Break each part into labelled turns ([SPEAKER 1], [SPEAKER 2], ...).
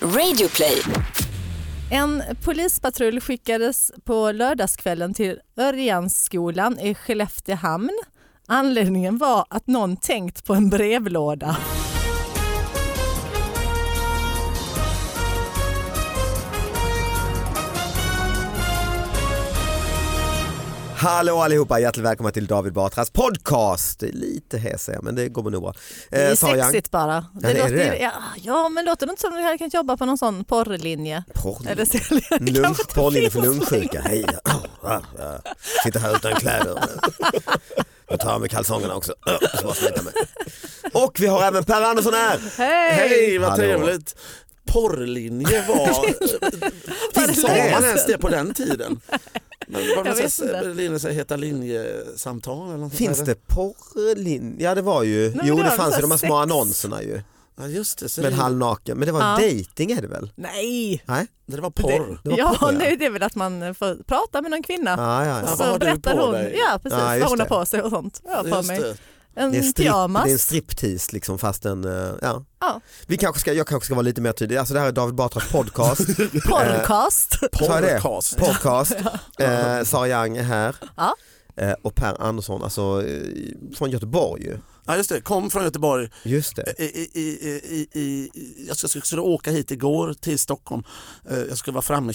[SPEAKER 1] Radioplay.
[SPEAKER 2] En polispatrull skickades på lördagskvällen till Örjansskolan i Skelleftehamn. Anledningen var att någon tänkt på en
[SPEAKER 3] Eh,
[SPEAKER 2] brevlåda.
[SPEAKER 3] Hallå allihopa, hjärtligt välkomna till David Batras podcast. Det är lite hes men det går nog bra. Eh,
[SPEAKER 2] Det är
[SPEAKER 3] Sara Young.
[SPEAKER 2] sexigt bara.
[SPEAKER 3] det är
[SPEAKER 2] låter, ju-
[SPEAKER 3] det.
[SPEAKER 2] Ja, ja, men låter det inte som att vi hade kunnat jobba på någon sån porrlinje?
[SPEAKER 3] Porrlinje.
[SPEAKER 2] Eller sälja- det kanske
[SPEAKER 3] Lunch,
[SPEAKER 2] inte
[SPEAKER 3] porrlinje för
[SPEAKER 2] finns
[SPEAKER 3] lungsjuka. Hej. Oh, ah, ah. Sitter här utan kläder. Jag tar av mig kalsongerna också. Så bara smita mig. Och vi har även Per Andersson här.
[SPEAKER 2] Hej!
[SPEAKER 4] Hej, vad
[SPEAKER 3] Hallå.
[SPEAKER 4] trevligt. Porrlinje var... Sa man ens det på den tiden? Men var
[SPEAKER 2] Jag
[SPEAKER 4] det
[SPEAKER 2] vet inte.
[SPEAKER 4] någon linje, så här, heta linjesamtal eller något sånt
[SPEAKER 3] Finns
[SPEAKER 4] där?
[SPEAKER 3] det porrlinje? Ja det var ju,
[SPEAKER 2] men
[SPEAKER 3] jo
[SPEAKER 2] det
[SPEAKER 3] det
[SPEAKER 2] var
[SPEAKER 3] fanns ju
[SPEAKER 2] så
[SPEAKER 3] de här
[SPEAKER 2] sex. Mm.
[SPEAKER 3] små annonserna ju.
[SPEAKER 4] Ja, just det. Så
[SPEAKER 3] Med en
[SPEAKER 4] det-
[SPEAKER 3] halvnaken, men det var
[SPEAKER 2] Ja.
[SPEAKER 3] dejting är det väl?
[SPEAKER 2] Nej!
[SPEAKER 3] Nej?
[SPEAKER 4] Det var porr.
[SPEAKER 3] Det var
[SPEAKER 2] Ja,
[SPEAKER 3] porr, ja.
[SPEAKER 2] nej, det är väl att man får prata med någon kvinna.
[SPEAKER 3] Ja, ja, ja.
[SPEAKER 4] vad
[SPEAKER 2] Så
[SPEAKER 4] har du
[SPEAKER 2] berättar
[SPEAKER 4] på
[SPEAKER 2] hon,
[SPEAKER 4] dig?
[SPEAKER 2] ja precis,
[SPEAKER 3] Ja, just
[SPEAKER 2] vad hon har
[SPEAKER 3] det.
[SPEAKER 2] på sig och sånt. Ja, på
[SPEAKER 4] Just
[SPEAKER 2] mig.
[SPEAKER 4] det.
[SPEAKER 2] En
[SPEAKER 3] Det är, strip, det är en
[SPEAKER 2] pyjamas.
[SPEAKER 3] striptease liksom fast en, eh, ja.
[SPEAKER 2] Ja.
[SPEAKER 3] Vi kanske ska, jag kanske ska vara lite mer tydlig, alltså det här är David Batras podcast.
[SPEAKER 2] Porrcast.
[SPEAKER 3] Sa jag det?
[SPEAKER 4] Porrcast.
[SPEAKER 3] Podcast. Eh, Sara Young är här.
[SPEAKER 2] Ja.
[SPEAKER 3] Eh, och Per Andersson, alltså eh, från Göteborg ju.
[SPEAKER 4] Ja, just det. Kom från Göteborg.
[SPEAKER 3] Just det.
[SPEAKER 4] I, i, i, i, i, i- jag skulle, skulle åka hit igår till Stockholm. Eh, Jag skulle vara framme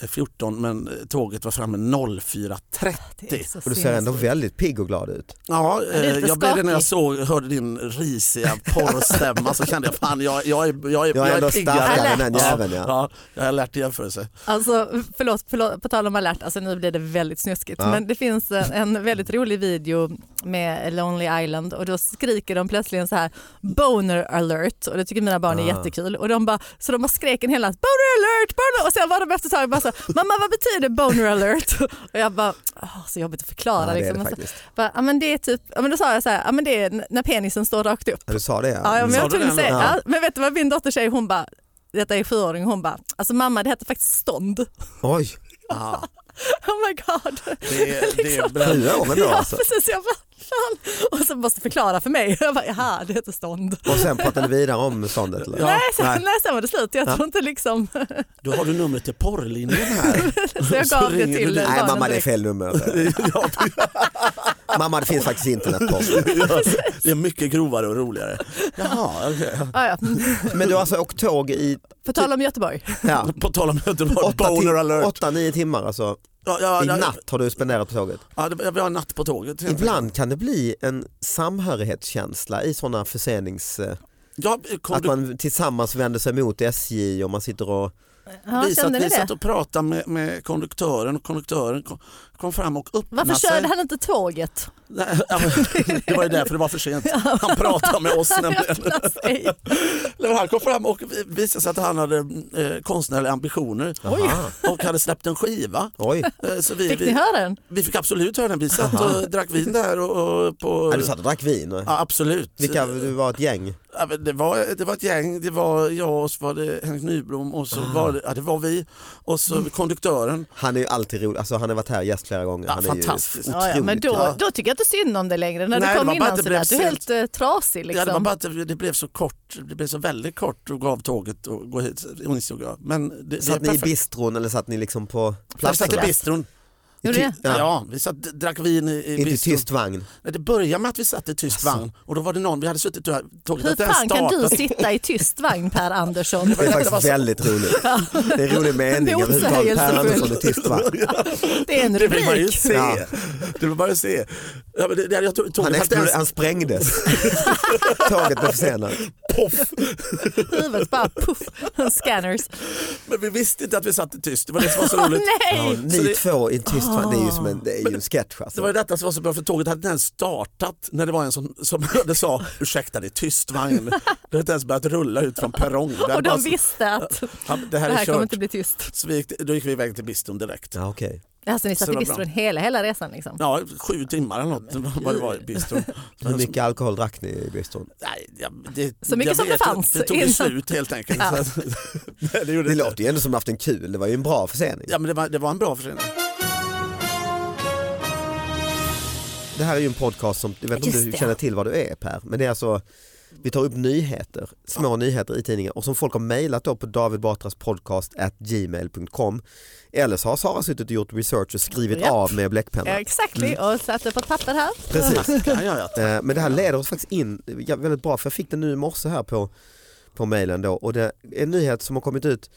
[SPEAKER 4] 23.14 men eh, tåget var framme 04.30.
[SPEAKER 2] Det är så
[SPEAKER 3] Och du ser
[SPEAKER 2] sinnessjukt.
[SPEAKER 3] ändå väldigt pigg och glad ut.
[SPEAKER 4] Ja,
[SPEAKER 2] är
[SPEAKER 4] eh,
[SPEAKER 2] lite
[SPEAKER 4] jag blev det när jag
[SPEAKER 2] skakig.
[SPEAKER 4] såg, hörde din risiga porrstämma så kände jag fan jag, jag, är, jag, är,
[SPEAKER 3] Jag är ändå
[SPEAKER 4] piggare.
[SPEAKER 3] starkare
[SPEAKER 2] än
[SPEAKER 3] den
[SPEAKER 4] ja,
[SPEAKER 3] jäveln, ja.
[SPEAKER 4] ja. Jag har lärt i jämförelse.
[SPEAKER 2] Alltså, förlåt, förlåt, på tal om alert, alltså nu blir det väldigt snuskigt.
[SPEAKER 3] Ja.
[SPEAKER 2] Men det finns en, en väldigt rolig video med Lonely Island och då skriker de plötsligen så här boner alert och det tycker mina barn är
[SPEAKER 3] Ah.
[SPEAKER 2] jättekul. Och de bara, så de bara skrek en hel natt boner alert, boner och sen var de efter ett tag bara så här, mamma vad betyder boner alert? Och jag bara, "Åh, så jobbigt att förklara.
[SPEAKER 3] Ja, det är
[SPEAKER 2] liksom.
[SPEAKER 3] det
[SPEAKER 2] Och så
[SPEAKER 3] faktiskt.
[SPEAKER 2] bara, ja, men det är typ, ja, men då sa jag så här, ja, men det är n- när penisen står rakt upp.
[SPEAKER 3] Ja, du sa det ja.
[SPEAKER 2] Ja, men
[SPEAKER 3] Mm.
[SPEAKER 4] Sa
[SPEAKER 2] jag
[SPEAKER 4] du
[SPEAKER 2] tror
[SPEAKER 4] det
[SPEAKER 2] inte säga.
[SPEAKER 3] ändå?
[SPEAKER 2] Ja, men vet du vad min dotter säger? Hon bara, detta är sjuåring, hon bara, alltså mamma det heter faktiskt stånd.
[SPEAKER 3] Oj,
[SPEAKER 4] Ja,
[SPEAKER 2] Oh my god.
[SPEAKER 4] det, är- det är bra.
[SPEAKER 3] fyra år ändå
[SPEAKER 2] Ja
[SPEAKER 3] alltså.
[SPEAKER 2] precis, jag bara, fan. Och så måste förklara för mig. Jag bara, jaha det heter stånd.
[SPEAKER 3] Och sen pratade vi vidare om ståndet. eller?
[SPEAKER 4] Ja.
[SPEAKER 2] nej, sen,
[SPEAKER 3] nej.
[SPEAKER 2] nej. sen var det slut. Jag tror inte liksom,
[SPEAKER 4] Då har du numret till porrlinjen här.
[SPEAKER 2] så jag
[SPEAKER 4] Så
[SPEAKER 2] gav det
[SPEAKER 4] ringer du
[SPEAKER 2] till
[SPEAKER 4] dit.
[SPEAKER 2] barnen
[SPEAKER 3] Nej mamma det är
[SPEAKER 2] direkt.
[SPEAKER 3] fel nummer. alltså.
[SPEAKER 4] Ja,
[SPEAKER 3] mamma det finns faktiskt internet på.
[SPEAKER 4] det är mycket grovare och roligare. Jaha, okej.
[SPEAKER 2] Ja, ja.
[SPEAKER 3] Men du alltså åkt tåg i
[SPEAKER 2] På tal om Göteborg.
[SPEAKER 4] Typ
[SPEAKER 3] ja,
[SPEAKER 4] På tal om Göteborg,
[SPEAKER 3] åtta,
[SPEAKER 4] boner
[SPEAKER 3] tim-
[SPEAKER 4] alert.
[SPEAKER 3] åtta, nio timmar alltså.
[SPEAKER 4] Ja, ja,
[SPEAKER 3] I
[SPEAKER 4] ja,
[SPEAKER 3] natt har du spenderat på tåget.
[SPEAKER 4] Ja, det, jag var en natt på tåget. helt enkelt.
[SPEAKER 3] Ibland kan det bli en samhörighetskänsla i sådana försenings... eh,
[SPEAKER 4] Ja, kom
[SPEAKER 3] Att
[SPEAKER 4] du
[SPEAKER 3] man tillsammans vänder sig mot SJ och man sitter och...
[SPEAKER 2] Ja,
[SPEAKER 4] vi satt,
[SPEAKER 2] kände ni
[SPEAKER 4] vi
[SPEAKER 2] det?
[SPEAKER 4] satt och pratade med, med konduktören och konduktören kom, kom fram och öppnade
[SPEAKER 2] Varför
[SPEAKER 4] sig.
[SPEAKER 2] körde han inte tåget?
[SPEAKER 4] Nej, ja, men Det var ju därför det var för sent. Han pratade med oss nämligen.
[SPEAKER 2] Öppna sig.
[SPEAKER 4] Nej, men Han kom fram och vi- visade sig att han hade eh, konstnärliga ambitioner
[SPEAKER 3] Aha.
[SPEAKER 4] och hade släppt en skiva.
[SPEAKER 3] Oj,
[SPEAKER 4] Eh, Så vi,
[SPEAKER 2] Fick ni
[SPEAKER 4] vi,
[SPEAKER 2] höra den?
[SPEAKER 4] vi fick absolut höra den. Vi satt och drack vin där. Och, och på,
[SPEAKER 3] ja, du satt och drack vin. och-
[SPEAKER 4] ja, absolut.
[SPEAKER 3] Vilka, du var ett gäng.
[SPEAKER 4] Ja, men det, var, det var ett gäng, det var jag och så var det Henrik Nyblom och så
[SPEAKER 3] Ah.
[SPEAKER 4] var det, ja, det var vi och
[SPEAKER 2] Mm.
[SPEAKER 4] så konduktören.
[SPEAKER 3] Han är ju alltid rolig, alltså han har varit här gäst flera gånger.
[SPEAKER 4] Ja,
[SPEAKER 3] han är
[SPEAKER 4] fantastisk.
[SPEAKER 3] Ju
[SPEAKER 2] Ja, ja, men
[SPEAKER 3] otroligt
[SPEAKER 2] då,
[SPEAKER 3] glad.
[SPEAKER 2] då tycker jag inte synd om det längre. När
[SPEAKER 4] Nej,
[SPEAKER 2] du
[SPEAKER 4] det
[SPEAKER 2] kom
[SPEAKER 4] var bara
[SPEAKER 2] innan
[SPEAKER 4] att det
[SPEAKER 2] sådär,
[SPEAKER 4] blev
[SPEAKER 2] du är helt eh, trasig.
[SPEAKER 4] Ja,
[SPEAKER 2] Liksom.
[SPEAKER 4] det var bara att det, det blev så kort, det blev så väldigt kort och gav tåget och gå hit, insåg jag. Men det, det är
[SPEAKER 3] Satt ni i
[SPEAKER 4] perfekt.
[SPEAKER 3] bistron eller satt ni liksom på
[SPEAKER 4] Där satt i
[SPEAKER 3] platserna?
[SPEAKER 4] bistron.
[SPEAKER 2] Gjorde
[SPEAKER 3] ty-
[SPEAKER 2] det?
[SPEAKER 3] Ja.
[SPEAKER 4] Ja. vi satt, drack vin i, i
[SPEAKER 3] Inte i
[SPEAKER 4] bistron.
[SPEAKER 3] tyst Alltså. vagn.
[SPEAKER 4] Nej, det började med att vi satt i tyst vagn och då var det någon, vi hade suttit och tåget
[SPEAKER 2] Hur
[SPEAKER 4] hade inte
[SPEAKER 2] fan
[SPEAKER 4] ens
[SPEAKER 2] kan du
[SPEAKER 4] startat.
[SPEAKER 2] sitta i tyst vagn Per Andersson?
[SPEAKER 3] Det är
[SPEAKER 4] Det var
[SPEAKER 3] faktiskt
[SPEAKER 4] så-
[SPEAKER 3] väldigt roligt. Det är en rolig mening överhuvudtaget. Per
[SPEAKER 2] Motsägelsefull.
[SPEAKER 3] Andersson i tyst vagn.
[SPEAKER 2] Det är en
[SPEAKER 4] Det vill man ju
[SPEAKER 2] rubrik.
[SPEAKER 4] se.
[SPEAKER 3] Ja.
[SPEAKER 4] Det vill man ju se. Ja, men det, det, jag tog, tog
[SPEAKER 3] Han,
[SPEAKER 4] det faktiskt
[SPEAKER 3] exploderade,
[SPEAKER 4] ens,
[SPEAKER 3] han sprängdes. Tåget blev försenat.
[SPEAKER 4] poff.
[SPEAKER 2] Huvudet bara puff, scanners.
[SPEAKER 4] Men vi visste inte att vi satt i tyst, det var det som var så
[SPEAKER 2] Åh
[SPEAKER 4] roligt.
[SPEAKER 3] Ja,
[SPEAKER 2] nej!
[SPEAKER 3] ni
[SPEAKER 4] Så det- Ah.
[SPEAKER 3] två i en tyst vagn, det är ju som en, det är ju en sketch
[SPEAKER 4] Det var
[SPEAKER 3] alltså.
[SPEAKER 4] ju detta som var så bra för tåget hade inte ens startat när det var en som, som hörde sa ursäkta det är tyst vagn. Det hade inte ens börjat rulla ut från perrongen. Det hade
[SPEAKER 2] Och
[SPEAKER 4] bara
[SPEAKER 2] de
[SPEAKER 4] så-
[SPEAKER 2] visste att
[SPEAKER 4] Ja, det här
[SPEAKER 2] det här
[SPEAKER 4] är
[SPEAKER 2] kommer
[SPEAKER 4] kört.
[SPEAKER 2] inte bli tyst.
[SPEAKER 4] Så vi gick, då gick vi iväg till bistron direkt.
[SPEAKER 3] Ja, okej.
[SPEAKER 2] Alltså ni satt
[SPEAKER 4] Så
[SPEAKER 2] i
[SPEAKER 4] det var
[SPEAKER 2] bistron
[SPEAKER 4] bra.
[SPEAKER 2] hela, hela resan liksom.
[SPEAKER 4] Ja, sju timmar eller något vad det var i bistron.
[SPEAKER 3] Hur mycket alkohol drack ni i bistron?
[SPEAKER 4] Nej, ja, det,
[SPEAKER 2] Så mycket
[SPEAKER 4] jag
[SPEAKER 2] som det
[SPEAKER 4] vet inte.
[SPEAKER 2] fanns
[SPEAKER 4] Det tog
[SPEAKER 2] innan.
[SPEAKER 4] ju slut helt enkelt.
[SPEAKER 2] Ja.
[SPEAKER 4] Så att- Nej, det, gjorde
[SPEAKER 3] Det
[SPEAKER 4] inte.
[SPEAKER 3] låter ju ändå som att haft en kul, det var ju en bra försening.
[SPEAKER 4] Ja, men det, var, det var en bra försening.
[SPEAKER 3] Det här är ju en podcast som, jag vet inte om
[SPEAKER 2] Just
[SPEAKER 3] du
[SPEAKER 2] det.
[SPEAKER 3] känner till vad du är Per, men det är alltså Vi tar upp nyheter, små nyheter i tidningar och som folk har mejlat då på davidbatraspodcast.gmail.com. Eller så har Sara suttit och gjort research och skrivit
[SPEAKER 2] Japp.
[SPEAKER 3] av med
[SPEAKER 2] Ja,
[SPEAKER 3] bläckpenna.
[SPEAKER 2] exakt,
[SPEAKER 3] Mm.
[SPEAKER 2] och satte på ett papper här.
[SPEAKER 3] Precis.
[SPEAKER 4] Kan jag göra det?
[SPEAKER 3] Eh, Men det här leder oss faktiskt in ja, väldigt bra för jag fick den nu i morse här på, på mejlen då och det är en nyhet som har kommit ut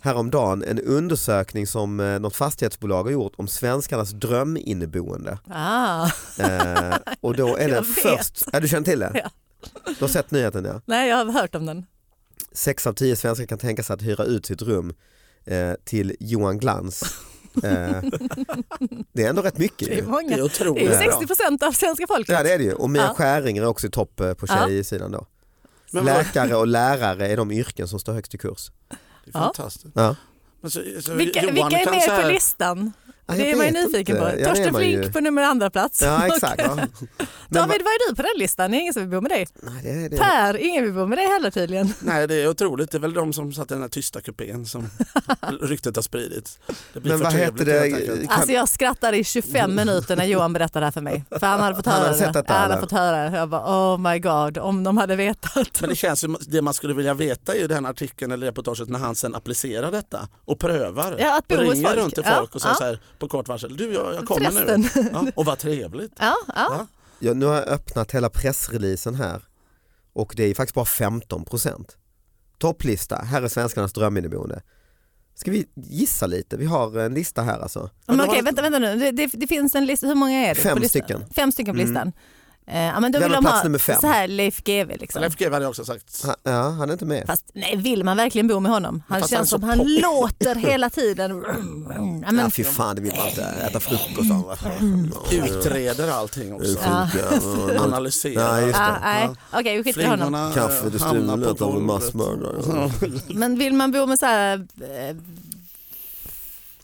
[SPEAKER 3] häromdagen, en undersökning som eh, något fastighetsbolag har gjort om svenskarnas dröminneboende.
[SPEAKER 2] Ah,
[SPEAKER 3] Eh, och då är det
[SPEAKER 2] Jag vet.
[SPEAKER 3] först, ja, du känner till det?
[SPEAKER 2] Ja.
[SPEAKER 3] Du har sett nyheten ja.
[SPEAKER 2] nej, jag har hört om den.
[SPEAKER 3] Sex av tio svenskar kan tänka sig att hyra ut sitt rum eh, till Johan Glans. Eh, det är ändå rätt mycket.
[SPEAKER 2] Det är
[SPEAKER 3] Ju.
[SPEAKER 4] Det är
[SPEAKER 2] många. Det
[SPEAKER 4] otroligt
[SPEAKER 2] är ju
[SPEAKER 4] bra.
[SPEAKER 2] 60 procent av svenska folket.
[SPEAKER 3] Ja det är det ju och Mia
[SPEAKER 2] Ja.
[SPEAKER 3] Skäringer är också i topp eh, på
[SPEAKER 2] Ja.
[SPEAKER 3] tjejsidan då.
[SPEAKER 4] Men vad-
[SPEAKER 3] Läkare och lärare är de yrken som står högst i kurs.
[SPEAKER 4] Det är
[SPEAKER 2] Ja.
[SPEAKER 4] fantastiskt.
[SPEAKER 3] Ja.
[SPEAKER 4] Men så, så
[SPEAKER 2] Vilka,
[SPEAKER 4] Johan
[SPEAKER 2] vilka är
[SPEAKER 4] kan
[SPEAKER 2] med
[SPEAKER 4] så
[SPEAKER 2] på
[SPEAKER 4] här-
[SPEAKER 2] listan?
[SPEAKER 3] Ja, jag
[SPEAKER 2] det är man ju
[SPEAKER 3] vet
[SPEAKER 2] nyfiken
[SPEAKER 3] inte.
[SPEAKER 2] på.
[SPEAKER 3] Ja, det är
[SPEAKER 2] Torsten
[SPEAKER 3] man ju.
[SPEAKER 2] Flink på nummer andra plats.
[SPEAKER 3] Ja exakt.
[SPEAKER 2] Och-
[SPEAKER 3] Ja. Men
[SPEAKER 2] David, vad är du på den listan? Det är ingen som vill bo med dig.
[SPEAKER 3] vad- nej, det är det.
[SPEAKER 2] Per, ingen vill bo med dig heller tydligen.
[SPEAKER 4] Nej, det är otroligt. Det är väl de som satt i den här tysta kupén som ryktet har spridits. Det blir
[SPEAKER 3] Men
[SPEAKER 4] för
[SPEAKER 3] vad heter
[SPEAKER 4] trevligt,
[SPEAKER 3] det?
[SPEAKER 4] helt enkelt.
[SPEAKER 3] Kan-
[SPEAKER 2] Alltså jag skrattade i 25 minuter när Johan berättade det här för mig. För han hade fått
[SPEAKER 3] Han
[SPEAKER 2] höra
[SPEAKER 3] hade
[SPEAKER 2] det.
[SPEAKER 3] sett detta,
[SPEAKER 2] han
[SPEAKER 3] eller?
[SPEAKER 2] hade fått höra det. Jag bara oh my god, om de hade vetat.
[SPEAKER 4] Men det känns som det man skulle vilja veta i den här artikeln eller reportaget när han sen applicerar detta och prövar.
[SPEAKER 2] Ja, att bo
[SPEAKER 4] och
[SPEAKER 2] hos
[SPEAKER 4] ringer
[SPEAKER 2] folk.
[SPEAKER 4] runt till folk
[SPEAKER 2] Ja,
[SPEAKER 4] och säger
[SPEAKER 2] ja.
[SPEAKER 4] så här på kort varsel. Du, jag, jag kommer nu.
[SPEAKER 2] Förresten.
[SPEAKER 4] Ja, och vad trevligt.
[SPEAKER 2] Ja, ja.
[SPEAKER 3] Ja, nu har jag öppnat hela pressreleasen här och det är faktiskt bara 15 procent. Topplista, här är svenskarnas dröminneboende. Ska vi gissa lite? Vi har en lista här alltså.
[SPEAKER 2] Men okej,
[SPEAKER 4] Men då har-
[SPEAKER 2] vänta, vänta nu. Det, det, det finns en lista. Hur många är det?
[SPEAKER 3] Fem
[SPEAKER 2] på listan?
[SPEAKER 3] stycken.
[SPEAKER 2] Fem stycken på
[SPEAKER 3] Mm.
[SPEAKER 2] listan. Eh, Ja, men då
[SPEAKER 3] Vem
[SPEAKER 2] vill
[SPEAKER 3] är
[SPEAKER 2] de
[SPEAKER 3] plats
[SPEAKER 2] ha
[SPEAKER 3] nummer fem?
[SPEAKER 2] så här Leif GW liksom.
[SPEAKER 4] Leif GW hade jag också sagt.
[SPEAKER 3] Han, ja, han är inte med.
[SPEAKER 2] Fast nej, vill man verkligen bo med honom? Han
[SPEAKER 4] Fast
[SPEAKER 2] känns
[SPEAKER 4] han är så
[SPEAKER 2] som han
[SPEAKER 4] poppig.
[SPEAKER 2] låter hela tiden. Ja, men, Mm.
[SPEAKER 3] ja, fy fan, det vill man inte. Äta frukost och alla.
[SPEAKER 4] Utreder allting också.
[SPEAKER 3] Ja.
[SPEAKER 4] Analyserar.
[SPEAKER 3] Ja, just
[SPEAKER 2] ja, ah,
[SPEAKER 3] det.
[SPEAKER 2] nej, okej, vi skiter i honom.
[SPEAKER 4] Flingorna eh,
[SPEAKER 3] Kaffe det
[SPEAKER 4] hamnar på
[SPEAKER 3] stulet av en
[SPEAKER 4] golvet.
[SPEAKER 3] massmördare.
[SPEAKER 2] Men vill man bo med så här, eh,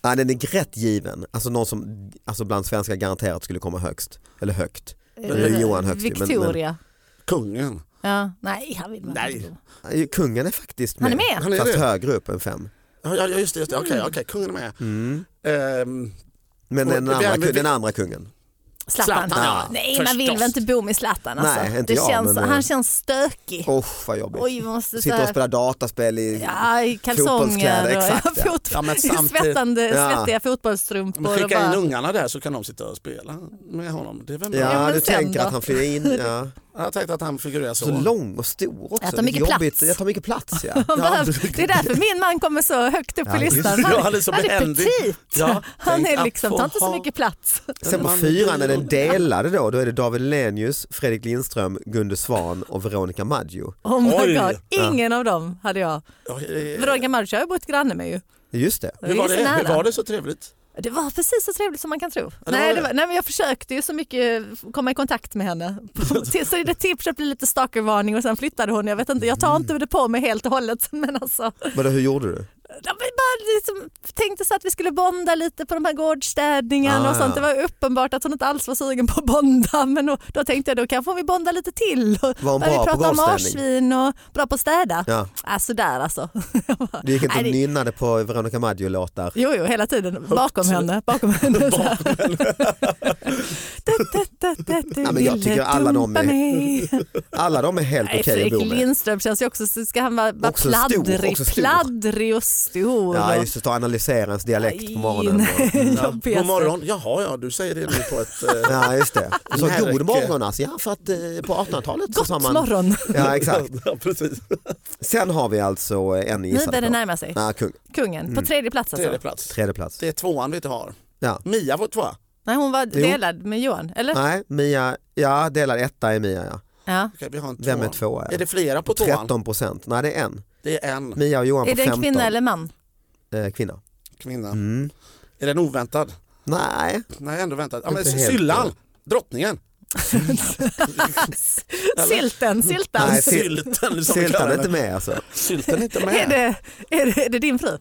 [SPEAKER 3] Ja, den är rätt given. Alltså någon som alltså bland svenskar garanterat skulle komma högst. Eller högt. Nu är Johan högst ju, men- men-
[SPEAKER 2] Eh, Victoria?
[SPEAKER 4] Kungen.
[SPEAKER 2] Ja, nej, han vill man
[SPEAKER 4] Nej.
[SPEAKER 2] inte bo.
[SPEAKER 3] Ja, Eh, Kungen är faktiskt
[SPEAKER 2] Han
[SPEAKER 3] med.
[SPEAKER 2] är med.
[SPEAKER 4] Han är
[SPEAKER 3] Fast
[SPEAKER 4] det.
[SPEAKER 3] högre upp än fem.
[SPEAKER 4] Ja, ja, just det. just det. Okej, okej, kungen är med.
[SPEAKER 3] Mm.
[SPEAKER 4] Ehm,
[SPEAKER 3] Men
[SPEAKER 4] Och
[SPEAKER 3] den
[SPEAKER 4] vem-
[SPEAKER 3] andra,
[SPEAKER 4] vem-
[SPEAKER 3] den andra kungen.
[SPEAKER 2] Zlatan.
[SPEAKER 4] Zlatan,
[SPEAKER 3] ja.
[SPEAKER 2] Nej, man
[SPEAKER 4] Förstås.
[SPEAKER 2] vill väl inte bo med Zlatan alltså.
[SPEAKER 3] Nej, inte
[SPEAKER 2] det
[SPEAKER 3] jag,
[SPEAKER 2] känns,
[SPEAKER 3] men, eh,
[SPEAKER 2] Han känns stökig.
[SPEAKER 3] Usch vad jobbigt.
[SPEAKER 2] Oj, vi måste så
[SPEAKER 3] Sitter och
[SPEAKER 2] här,
[SPEAKER 3] spelar dataspel i...
[SPEAKER 2] ja, i kalsonger
[SPEAKER 3] fotbollskläder,
[SPEAKER 2] och
[SPEAKER 3] exakt, ja.
[SPEAKER 2] fotboll,
[SPEAKER 4] Mm. Ja, men samtidigt-
[SPEAKER 2] svettande,
[SPEAKER 3] Ja.
[SPEAKER 2] svettiga
[SPEAKER 4] men
[SPEAKER 2] fotbollsstrumpor. Och
[SPEAKER 4] skicka in
[SPEAKER 2] bara,
[SPEAKER 4] ungarna där så kan de sitta och spela med honom. Det är väl bra.
[SPEAKER 3] Ja,
[SPEAKER 2] Ja, men
[SPEAKER 3] du
[SPEAKER 2] sen
[SPEAKER 3] tänker
[SPEAKER 2] då?
[SPEAKER 3] att han flyger in. Ja.
[SPEAKER 4] Jag tänkte att han figurerar så.
[SPEAKER 3] Så lång och stor också.
[SPEAKER 2] Jag tar mycket
[SPEAKER 3] Det är jobbigt.
[SPEAKER 2] plats.
[SPEAKER 3] Jag tar mycket plats ja.
[SPEAKER 2] han
[SPEAKER 4] Ja,
[SPEAKER 2] behöver, det är därför min man kommer så högt upp på
[SPEAKER 3] Ja, just
[SPEAKER 2] listan.
[SPEAKER 3] det.
[SPEAKER 4] Ja,
[SPEAKER 2] Han,
[SPEAKER 4] han är så
[SPEAKER 2] han är
[SPEAKER 4] behändig.
[SPEAKER 2] petit.
[SPEAKER 4] Ja,
[SPEAKER 2] Han
[SPEAKER 4] tänk
[SPEAKER 2] är
[SPEAKER 4] att
[SPEAKER 2] liksom,
[SPEAKER 4] få
[SPEAKER 2] tar inte så
[SPEAKER 4] ha-
[SPEAKER 2] mycket plats.
[SPEAKER 3] Sen på
[SPEAKER 4] Man-
[SPEAKER 3] fyran när den delade då, då är det David Lenius, Fredrik Lindström, Gunde Svan och Veronica Maggio.
[SPEAKER 2] Oh my
[SPEAKER 4] Oj.
[SPEAKER 2] God. Ingen av dem hade jag.
[SPEAKER 4] Ja, eh,
[SPEAKER 2] Veronica Maggio har jag bott granne med ju.
[SPEAKER 3] Just det.
[SPEAKER 4] Hur var
[SPEAKER 2] är så
[SPEAKER 4] det?
[SPEAKER 2] nära.
[SPEAKER 4] Hur var det så trevligt?
[SPEAKER 2] Det var precis så trevligt som man kan tro.
[SPEAKER 4] det var
[SPEAKER 2] nej,
[SPEAKER 4] det.
[SPEAKER 2] det var, nej, men jag försökte ju så mycket eh, komma i kontakt med henne. Till- så det till att bli lite stalkervarning och sen flyttade hon. Jag vet inte, jag tar
[SPEAKER 4] Mm.
[SPEAKER 2] inte det på mig helt och hållet. Men alltså,
[SPEAKER 3] Vadå, hur gjorde du?
[SPEAKER 2] ja, vi bara liksom, tänkte så att vi skulle bonda lite på de här gårdsstädningarna
[SPEAKER 3] Ah,
[SPEAKER 2] och sånt. Det
[SPEAKER 3] ja.
[SPEAKER 2] var uppenbart att hon inte alls var sugen på att bonda. Men då, då tänkte jag då kanske vi bonda lite till. Och
[SPEAKER 3] Var hon
[SPEAKER 2] började
[SPEAKER 3] bra på
[SPEAKER 2] prata om
[SPEAKER 3] golfstädning?
[SPEAKER 2] marsvin och bra på att städa.
[SPEAKER 3] Ja.
[SPEAKER 2] Alltså där alltså.
[SPEAKER 3] Du gick inte och
[SPEAKER 2] Nej, det-
[SPEAKER 3] nynnade på Veronica Maggio-låtar?
[SPEAKER 2] Jo, jo, hela tiden bakom henne. Bakom henne. så här. Du, du, du, du, du
[SPEAKER 3] Ja, men jag
[SPEAKER 2] ville
[SPEAKER 3] tycker alla de
[SPEAKER 2] dumpa
[SPEAKER 3] är-
[SPEAKER 2] mig.
[SPEAKER 3] Alla de är helt
[SPEAKER 2] Nej,
[SPEAKER 3] okej att bo
[SPEAKER 2] Fredrik
[SPEAKER 3] med.
[SPEAKER 2] Lindström känns ju också, så ska han vara, vara
[SPEAKER 3] Också stor,
[SPEAKER 2] pladdrig,
[SPEAKER 3] också stor.
[SPEAKER 2] pladdrig och stor.
[SPEAKER 3] Ja,
[SPEAKER 2] och-
[SPEAKER 3] just det, ta och analysera ens dialekt på morgonen.
[SPEAKER 2] Aj, nej, jag vet
[SPEAKER 4] God
[SPEAKER 2] inte.
[SPEAKER 4] morgon. Jaha, ja, du säger det nu på ett... eh,
[SPEAKER 3] Ja, just det. Och så
[SPEAKER 4] Närke.
[SPEAKER 3] god morgon alltså, ja, för att eh, på 1800-talet så sa
[SPEAKER 2] Gott
[SPEAKER 3] man...
[SPEAKER 2] morgon.
[SPEAKER 3] Ja, exakt.
[SPEAKER 4] ja, precis.
[SPEAKER 3] Sen har vi alltså eh, en
[SPEAKER 2] Nu börjar
[SPEAKER 3] gissad
[SPEAKER 2] det
[SPEAKER 3] på.
[SPEAKER 2] närma sig.
[SPEAKER 3] Ja, kung,
[SPEAKER 2] Kungen på tredje plats alltså.
[SPEAKER 4] Tredje plats.
[SPEAKER 3] Mm. tredje plats.
[SPEAKER 4] Det är tvåan vi inte har.
[SPEAKER 3] Ja.
[SPEAKER 4] Mia var tvåa.
[SPEAKER 2] Nej, hon var delad med Johan, eller?
[SPEAKER 3] Nej, Mia, ja delad etta är Mia ja.
[SPEAKER 2] Ja.
[SPEAKER 4] Okej, vi har en tvåa.
[SPEAKER 3] Vem är tvåa?
[SPEAKER 4] Är
[SPEAKER 3] Ja.
[SPEAKER 4] det flera på tvåan?
[SPEAKER 3] 13 procent, nej det är en.
[SPEAKER 4] Det är en
[SPEAKER 3] Mia och Johan
[SPEAKER 2] Är
[SPEAKER 3] på
[SPEAKER 2] det en
[SPEAKER 3] 15.
[SPEAKER 2] kvinna eller man?
[SPEAKER 3] Eh, kvinna.
[SPEAKER 4] kvinna.
[SPEAKER 3] Mm.
[SPEAKER 4] Är den oväntad?
[SPEAKER 3] Nej,
[SPEAKER 4] Nej, ändå väntad. Ja, men
[SPEAKER 3] Inte helt
[SPEAKER 4] Syllan,
[SPEAKER 3] bra.
[SPEAKER 4] drottningen.
[SPEAKER 2] Sylten, syltan.
[SPEAKER 3] Nej, Syl-
[SPEAKER 4] Sylten som vi kallar
[SPEAKER 3] Syltan är
[SPEAKER 4] den.
[SPEAKER 3] inte med alltså.
[SPEAKER 4] Sylten är inte med.
[SPEAKER 2] Är det, är, det, är det din fru?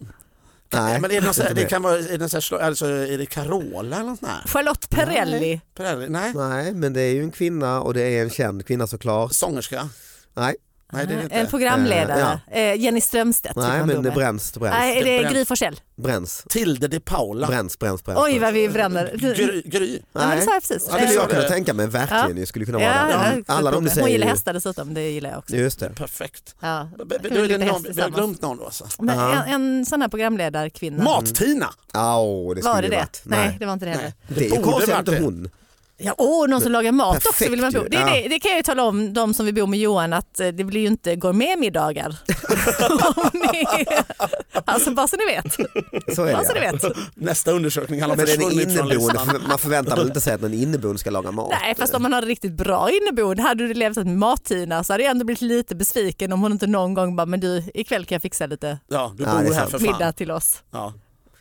[SPEAKER 3] Nej,
[SPEAKER 4] men är det, någon sån här,
[SPEAKER 3] inte
[SPEAKER 4] det
[SPEAKER 3] med.
[SPEAKER 4] kan vara, är det, någon sån här, slå- alltså, är det Carola eller något sånt här?
[SPEAKER 2] Charlotte Perrelli.
[SPEAKER 4] Perrelli? Nej,
[SPEAKER 3] Nej, men det är ju en kvinna och det är en känd kvinna såklart.
[SPEAKER 4] sångerska.
[SPEAKER 3] Nej,
[SPEAKER 4] Nej, det är det inte.
[SPEAKER 2] En programledare, Eh, Jenny Strömstedt tycker
[SPEAKER 3] Nej
[SPEAKER 2] man då
[SPEAKER 3] men det
[SPEAKER 2] med.
[SPEAKER 3] bränns, det bränns.
[SPEAKER 2] Nej, det är
[SPEAKER 4] Bränns.
[SPEAKER 2] Gry Forssell.
[SPEAKER 3] Bränns,
[SPEAKER 4] Tilde de Paula.
[SPEAKER 3] bränns, bränns, bränns.
[SPEAKER 2] Oj vad
[SPEAKER 3] bränns.
[SPEAKER 2] vi bränner.
[SPEAKER 4] Gry. Gry.
[SPEAKER 2] Ja, men det sa jag precis.
[SPEAKER 3] Ja, det skulle jag
[SPEAKER 4] Eh,
[SPEAKER 3] kunna tänka mig, verkligen. Jag skulle kunna vara
[SPEAKER 2] Ja,
[SPEAKER 3] där. Alla de du säger.
[SPEAKER 2] Hon gillar
[SPEAKER 3] ju-
[SPEAKER 2] hästar dessutom, det gillar jag också.
[SPEAKER 3] Just det.
[SPEAKER 4] Perfekt.
[SPEAKER 2] Ja.
[SPEAKER 4] B- b-
[SPEAKER 2] Kul
[SPEAKER 4] Då är det
[SPEAKER 2] lite
[SPEAKER 4] någon,
[SPEAKER 2] häst
[SPEAKER 4] vi har
[SPEAKER 2] tillsammans.
[SPEAKER 4] glömt någon då alltså. Mm.
[SPEAKER 2] Men
[SPEAKER 3] Aha.
[SPEAKER 2] en, en sån här programledarkvinna.
[SPEAKER 4] Mat-Tina!
[SPEAKER 3] Au, det skulle
[SPEAKER 2] var det
[SPEAKER 3] ju
[SPEAKER 2] det?
[SPEAKER 3] varit.
[SPEAKER 2] Nej, det var inte det heller.
[SPEAKER 4] Nej.
[SPEAKER 3] Det är
[SPEAKER 4] borde
[SPEAKER 3] ju konstigt
[SPEAKER 4] varit
[SPEAKER 3] att inte
[SPEAKER 4] det.
[SPEAKER 3] hon.
[SPEAKER 2] Ja, åh, någon som lagar mat också
[SPEAKER 3] perfekt
[SPEAKER 2] vill man bo.
[SPEAKER 3] ju.
[SPEAKER 2] Det, är
[SPEAKER 3] Ja.
[SPEAKER 2] det, det kan jag ju tala om, de som vill bo med Johan, att eh, det blir ju inte gourmetmiddagar. Om ni- alltså bara så ni vet.
[SPEAKER 3] Så är
[SPEAKER 2] Bara så ni
[SPEAKER 3] det. ja.
[SPEAKER 2] vet.
[SPEAKER 4] Nästa undersökning, han har
[SPEAKER 3] Men den är
[SPEAKER 4] försvunnit från
[SPEAKER 3] inneboende,
[SPEAKER 4] listan.
[SPEAKER 3] för- man förväntar väl inte sig att en inneboende ska laga mat?
[SPEAKER 2] Nej, fast om man har riktigt bra inneboende, hade du levt ett mattina så hade jag ändå blivit lite besviken om hon inte någon gång bara, men du, ikväll kan jag fixa lite
[SPEAKER 4] Ja, du
[SPEAKER 3] Ja, det
[SPEAKER 4] bor
[SPEAKER 3] är
[SPEAKER 4] här
[SPEAKER 3] sant.
[SPEAKER 4] för fan.
[SPEAKER 2] middag till oss.
[SPEAKER 4] Ja,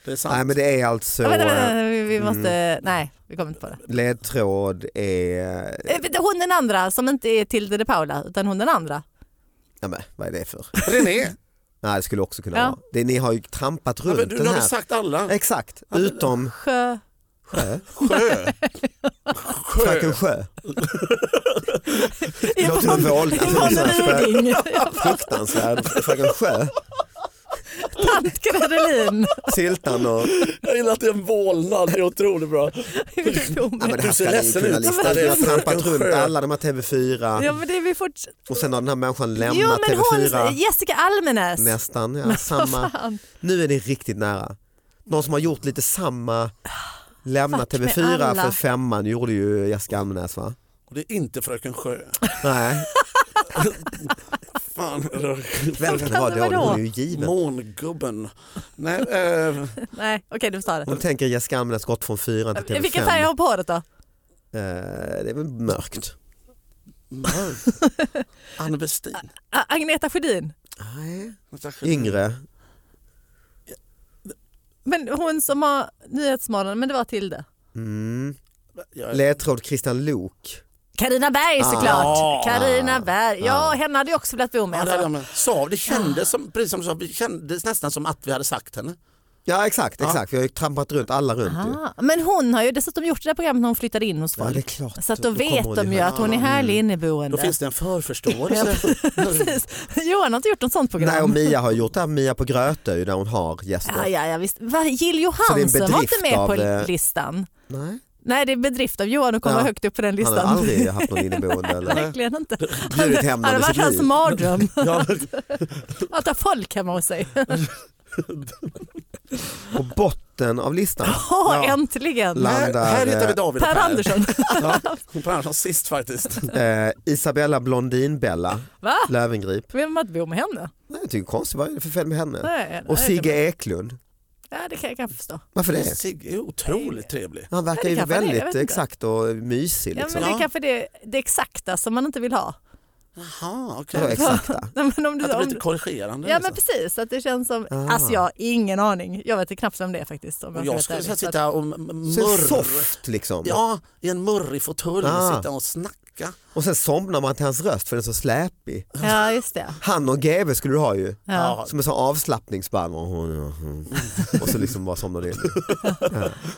[SPEAKER 4] det är sant.
[SPEAKER 3] Nej men det Mm. är alltså,
[SPEAKER 2] Ja, vänta, vänta, vänta, vi, vi måste, nej, vi kommer inte på det.
[SPEAKER 3] ledtråd är,
[SPEAKER 2] Eh, vänta, Hon den andra som inte är Tilde de Paula, utan hon den andra.
[SPEAKER 3] ja, men, vad är det för?
[SPEAKER 4] René,
[SPEAKER 3] Nej det skulle också kunna
[SPEAKER 2] Ja.
[SPEAKER 3] vara. Det, ni har ju trampat
[SPEAKER 4] ja,
[SPEAKER 3] runt
[SPEAKER 4] men du, nu
[SPEAKER 3] den
[SPEAKER 4] har vi
[SPEAKER 3] här.
[SPEAKER 4] sagt alla.
[SPEAKER 3] Exakt, utom
[SPEAKER 2] Sjö.
[SPEAKER 3] sjö.
[SPEAKER 4] Sjö.
[SPEAKER 3] Fröken Sjö.
[SPEAKER 4] Sjö.
[SPEAKER 2] Yvonne-
[SPEAKER 3] Låter som en våld-
[SPEAKER 2] Yvonne Ryding,
[SPEAKER 3] Fruktansvärd Fröken Sjö.
[SPEAKER 2] tant Gredelin.
[SPEAKER 3] Syltan och...
[SPEAKER 4] Jag gillar att det är en vålnad, det är otroligt bra.
[SPEAKER 3] Ja, men det här
[SPEAKER 4] Du ser
[SPEAKER 3] ska ni ju
[SPEAKER 4] ledsen
[SPEAKER 3] kunna
[SPEAKER 4] ut.
[SPEAKER 3] lista. Vi har
[SPEAKER 4] Fröken
[SPEAKER 3] trampat
[SPEAKER 4] Sjö.
[SPEAKER 3] runt alla de här TV4
[SPEAKER 2] Ja, men det är vi fort...
[SPEAKER 3] och sen har den här människan lämnat
[SPEAKER 2] Jo, men
[SPEAKER 3] TV4.
[SPEAKER 2] hon, Jessica Almenäs.
[SPEAKER 3] Nästan, ja, samma.
[SPEAKER 2] fan.
[SPEAKER 3] Nu är ni riktigt nära. Någon som har gjort lite samma, lämnat
[SPEAKER 2] Fuck med
[SPEAKER 3] TV4
[SPEAKER 2] alla.
[SPEAKER 3] för femman gjorde ju Jessica Almenäs va?
[SPEAKER 4] Och det är inte Fröken Sjö.
[SPEAKER 3] Nej,
[SPEAKER 4] Fan.
[SPEAKER 3] vem kan det vara då?
[SPEAKER 2] Vadå?
[SPEAKER 3] Hon är ju given.
[SPEAKER 4] Mångubben. Nej, eh,
[SPEAKER 2] Nej, okej du får ta det.
[SPEAKER 3] Om du tänker Jessica Almenäs gått från fyran till TV5.
[SPEAKER 2] Vilken färg har hon på håret då?
[SPEAKER 3] Eh, Det är väl mörkt.
[SPEAKER 4] mörk. Anne Westin.
[SPEAKER 2] A- Agneta Sjödin.
[SPEAKER 3] Nej. Yngre.
[SPEAKER 2] Men hon som har Nyhetsmorgon, men det var Tilde.
[SPEAKER 3] Mm.
[SPEAKER 4] Jag-
[SPEAKER 3] Ledtråd Christian Lok.
[SPEAKER 2] Karina Berg
[SPEAKER 4] Ah.
[SPEAKER 2] såklart. Karina Berg. Ja, henne hade jag också velat bo med.
[SPEAKER 4] Ja, det,
[SPEAKER 2] alltså. Ah.
[SPEAKER 4] hade jag med. Sa, det kändes som, precis som du sa, det kändes nästan som att vi hade sagt henne.
[SPEAKER 3] Ja exakt, exakt. Vi har ju trampat runt alla runt ju.
[SPEAKER 2] Ah, men hon har ju dessutom gjort det där programmet när hon flyttade in hos
[SPEAKER 3] Ja,
[SPEAKER 2] folk.
[SPEAKER 3] det är klart.
[SPEAKER 2] så att då,
[SPEAKER 3] kommer
[SPEAKER 2] vet
[SPEAKER 3] hon Mm.
[SPEAKER 2] de ju
[SPEAKER 3] ihåg.
[SPEAKER 2] att hon är härlig inneboende.
[SPEAKER 4] Då finns det en förförståelse.
[SPEAKER 2] Precis. Johan har inte gjort något sånt program.
[SPEAKER 3] Nej och Mia har gjort det här, Mia på Grötö ju, där hon har gäster.
[SPEAKER 2] Ja, ja, ja, visst. Va, Jill
[SPEAKER 3] det är en
[SPEAKER 2] Johansson var inte
[SPEAKER 3] bedrift
[SPEAKER 2] med på
[SPEAKER 3] av, eh,
[SPEAKER 2] listan.
[SPEAKER 3] Nej.
[SPEAKER 2] Nej, det är bedrift av Johan att komma
[SPEAKER 3] Ja.
[SPEAKER 2] högt upp på den
[SPEAKER 3] Han
[SPEAKER 2] listan.
[SPEAKER 3] har aldrig haft någon inneboende eller
[SPEAKER 2] Verkligen inte.
[SPEAKER 3] bjudit
[SPEAKER 2] Han
[SPEAKER 3] hem
[SPEAKER 2] har
[SPEAKER 3] någon i sitt
[SPEAKER 2] varit hans
[SPEAKER 3] liv.
[SPEAKER 2] mardröm
[SPEAKER 4] ja,
[SPEAKER 2] att ha folk hemma hos sig.
[SPEAKER 3] På botten av listan
[SPEAKER 2] Åh,
[SPEAKER 4] Ja.
[SPEAKER 2] äntligen!
[SPEAKER 3] La-
[SPEAKER 4] här, här hittar vi David och
[SPEAKER 2] eh, Per Andersson.
[SPEAKER 4] Ja, Per Andersson sist faktiskt.
[SPEAKER 3] Eh, Isabella Blondin-Bella
[SPEAKER 2] Va?
[SPEAKER 3] Lövengrip.
[SPEAKER 2] Vem har att bo med henne?
[SPEAKER 3] Nej, jag tycker konstigt, vad är det för fel med henne?
[SPEAKER 2] Nej,
[SPEAKER 3] Och
[SPEAKER 2] nej,
[SPEAKER 3] Sigge
[SPEAKER 2] det-
[SPEAKER 3] Eklund.
[SPEAKER 2] Ja, det kan jag kanske förstå.
[SPEAKER 3] Varför det?
[SPEAKER 4] Sigge är otroligt trevlig.
[SPEAKER 3] Han
[SPEAKER 2] Ja,
[SPEAKER 3] verkar
[SPEAKER 2] det
[SPEAKER 3] ju
[SPEAKER 2] kanske han är, jag vet
[SPEAKER 3] väldigt
[SPEAKER 2] inte.
[SPEAKER 3] exakt och mysig.
[SPEAKER 2] Ja,
[SPEAKER 3] Liksom.
[SPEAKER 2] men det är kanske det, det exakta som man inte vill ha.
[SPEAKER 4] Jaha, okej.
[SPEAKER 3] Vadå exakta?
[SPEAKER 2] Nej, men om
[SPEAKER 4] Att
[SPEAKER 2] du,
[SPEAKER 4] det blir
[SPEAKER 2] om,
[SPEAKER 4] lite korrigerande.
[SPEAKER 2] ja, men
[SPEAKER 4] liksom.
[SPEAKER 2] precis. Att det känns som...
[SPEAKER 3] Ah.
[SPEAKER 2] Alltså jag har ingen aning. Jag vet knappt vem det är faktiskt. Om
[SPEAKER 4] Och
[SPEAKER 2] ska
[SPEAKER 4] jag
[SPEAKER 2] vara
[SPEAKER 4] skulle
[SPEAKER 2] ärlig.
[SPEAKER 4] så här
[SPEAKER 2] Så att-
[SPEAKER 4] sitta och m- m-
[SPEAKER 3] Så en
[SPEAKER 4] murr.
[SPEAKER 3] soft liksom.
[SPEAKER 4] Ja, i en murrig fåtölj
[SPEAKER 3] Ah.
[SPEAKER 4] sitta och snacka.
[SPEAKER 3] Och sen somnar man till hans röst för den är så släpig.
[SPEAKER 2] Ja, just det.
[SPEAKER 3] Han och GV skulle du ha ju.
[SPEAKER 2] Ja.
[SPEAKER 3] Som en sån avslappningsband. Och hon- och hon- Och så liksom bara somnade in.
[SPEAKER 4] Ja.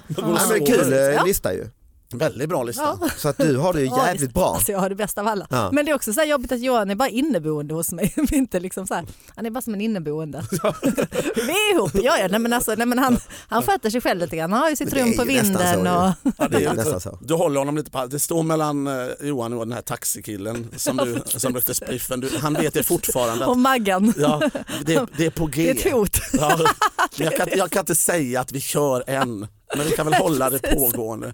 [SPEAKER 3] Nej, men kul eh, lista ju.
[SPEAKER 4] Väldigt bra lista.
[SPEAKER 3] Så att du har det ju
[SPEAKER 2] Ja,
[SPEAKER 3] jävligt
[SPEAKER 2] visst.
[SPEAKER 3] bra.
[SPEAKER 2] Alltså jag har det bästa av alla.
[SPEAKER 3] Ja.
[SPEAKER 2] Men det är också så här jobbigt att Johan är bara inneboende hos mig. Vi är inte liksom så här, han är bara som en inneboende. Vi är ihop, ja, ja. Nej, men alltså, nej, men han, han sköter sig själv lite grann. Han har ju sitt
[SPEAKER 3] Men det
[SPEAKER 2] rum
[SPEAKER 3] är
[SPEAKER 2] på
[SPEAKER 3] ju nästan
[SPEAKER 2] vinden.
[SPEAKER 3] så ju.
[SPEAKER 2] och,
[SPEAKER 4] Ja, det
[SPEAKER 3] Det är
[SPEAKER 4] är
[SPEAKER 3] nästan så.
[SPEAKER 4] Du håller honom lite på Det står mellan eh, Johan och den här taxikillen som, du, som rökte spliffen. Du, han vet det fortfarande. Att,
[SPEAKER 2] och Maggan.
[SPEAKER 4] ja, det, det är på G.
[SPEAKER 2] Det är ett hot.
[SPEAKER 4] Ja, men jag, kan, jag kan inte säga att vi kör än, men vi kan väl hålla det pågående.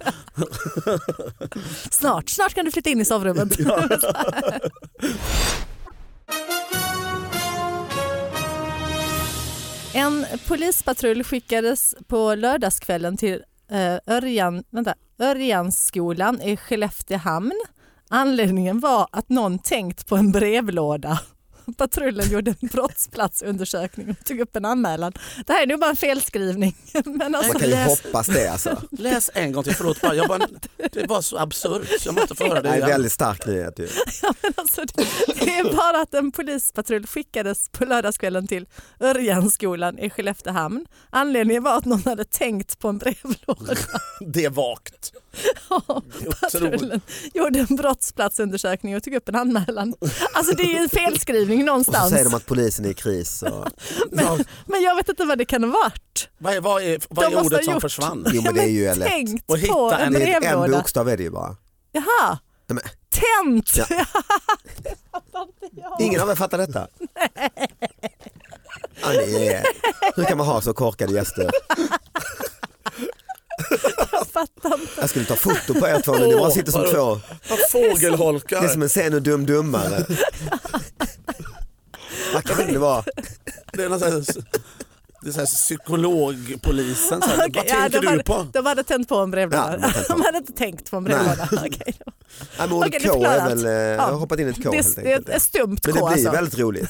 [SPEAKER 2] Snart, snart kan du flytta in i sovrummet. En polispatrull skickades på lördagskvällen till eh, Örjan, vänta, Örjansskolan i Skelleftehamn. Anledningen var att någon tänkt på en brevlåda. patrullen gjorde en brottsplatsundersökning och tog upp en anmälan. Det här är nog bara en felskrivning. Men alltså,
[SPEAKER 3] Man kan ju
[SPEAKER 4] Läs-
[SPEAKER 3] hoppas det alltså.
[SPEAKER 4] Läs en gång till, förlåt bara. Jag bara det var så absurt, jag måste få höra
[SPEAKER 3] Det
[SPEAKER 4] det
[SPEAKER 3] är en
[SPEAKER 4] igen.
[SPEAKER 3] väldigt stark nyhet ju.
[SPEAKER 2] Men alltså, det, det är bara att en polispatrull skickades på lördagskvällen till Örjansskolan i Skelleftehamn. Anledningen var att någon hade tänkt på en brevlåda.
[SPEAKER 4] Det är vagt. Det är otroligt.
[SPEAKER 2] Patrullen gjorde en brottsplatsundersökning och tog upp en anmälan. Alltså det är ju en felskrivning
[SPEAKER 3] Och så
[SPEAKER 2] någonstans.
[SPEAKER 3] säger de att polisen är i kris. Och...
[SPEAKER 4] Ja,
[SPEAKER 2] Men jag vet inte vad det kan ha varit.
[SPEAKER 4] Vad är, vad är, vad
[SPEAKER 2] De
[SPEAKER 4] är
[SPEAKER 2] måste ha
[SPEAKER 4] ordet som
[SPEAKER 2] gjort.
[SPEAKER 4] försvann?
[SPEAKER 3] Jo men det är ju lätt.
[SPEAKER 2] Tänkt
[SPEAKER 4] Och hitta
[SPEAKER 2] på en
[SPEAKER 4] en-
[SPEAKER 3] Det är en
[SPEAKER 2] brevlåda.
[SPEAKER 3] bokstav är det ju bara.
[SPEAKER 2] Jaha,
[SPEAKER 3] Nej, men-
[SPEAKER 2] tänt!
[SPEAKER 3] Ja.
[SPEAKER 2] Det fattar inte jag.
[SPEAKER 3] Ingen av er fattar detta? Ja, ni är- Hur kan man ha så korkade gäster?
[SPEAKER 2] Jag fattar inte.
[SPEAKER 3] Jag skulle ta foto på er två men ni bara sitter som två.
[SPEAKER 4] Vad
[SPEAKER 3] Det är
[SPEAKER 4] fågelholkar.
[SPEAKER 3] som en scen ur Dum Dummare. Vad kan det vara?
[SPEAKER 4] Det är någon sån här, det är så här psykologpolisen. Så här,
[SPEAKER 2] Okej,
[SPEAKER 4] vad
[SPEAKER 2] ja,
[SPEAKER 4] tänker
[SPEAKER 2] de,
[SPEAKER 4] du på?
[SPEAKER 2] hade, de hade tänt på en
[SPEAKER 3] Ja,
[SPEAKER 2] brevlåda.
[SPEAKER 3] de hade tänt på.
[SPEAKER 2] de hade inte tänkt på en brevlåda. Okej, det var-
[SPEAKER 3] Ja, men ordet
[SPEAKER 2] Okej,
[SPEAKER 3] K
[SPEAKER 2] lite
[SPEAKER 3] är
[SPEAKER 2] platt.
[SPEAKER 3] väl, eh, jag har
[SPEAKER 2] Ja.
[SPEAKER 3] hoppat in i ett K
[SPEAKER 2] det
[SPEAKER 3] helt
[SPEAKER 2] är, det är ett
[SPEAKER 3] enkelt.
[SPEAKER 2] stumt K
[SPEAKER 3] Men det blir ju
[SPEAKER 2] alltså.
[SPEAKER 3] väldigt roligt.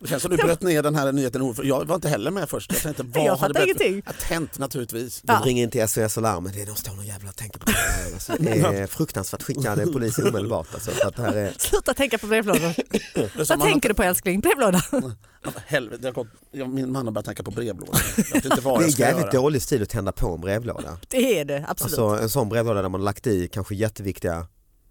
[SPEAKER 4] Det känns som du bröt ner den här nyheten ord för Jag var inte heller med först. Jag tänkte vad
[SPEAKER 2] Jag
[SPEAKER 4] hade
[SPEAKER 2] fattar
[SPEAKER 4] berättat-
[SPEAKER 2] ingenting.
[SPEAKER 4] att hänt naturligtvis.
[SPEAKER 3] De
[SPEAKER 2] Ja.
[SPEAKER 3] ringer in till SOS Alarm, men det är de står någon jävla och tänker på det här. Alltså, det är fruktansvärt, skicka det polisen omedelbart. Alltså, för att det här är...
[SPEAKER 2] Sluta tänka på brevlådor.
[SPEAKER 4] Det är som
[SPEAKER 2] Vad
[SPEAKER 4] man-
[SPEAKER 2] tänker du på älskling? Brevlåda.
[SPEAKER 4] Ja, Helvete, jag kom, jag, min man har börjat tänka på brevlådor. Jag vet inte vad
[SPEAKER 3] Det
[SPEAKER 4] jag
[SPEAKER 3] är
[SPEAKER 4] ska
[SPEAKER 3] jävligt
[SPEAKER 4] göra.
[SPEAKER 3] dålig stil att tända på en brevlåda.
[SPEAKER 2] Det är det, absolut.
[SPEAKER 3] Alltså, en sån brevlåda där man lagt i kanske jätteviktiga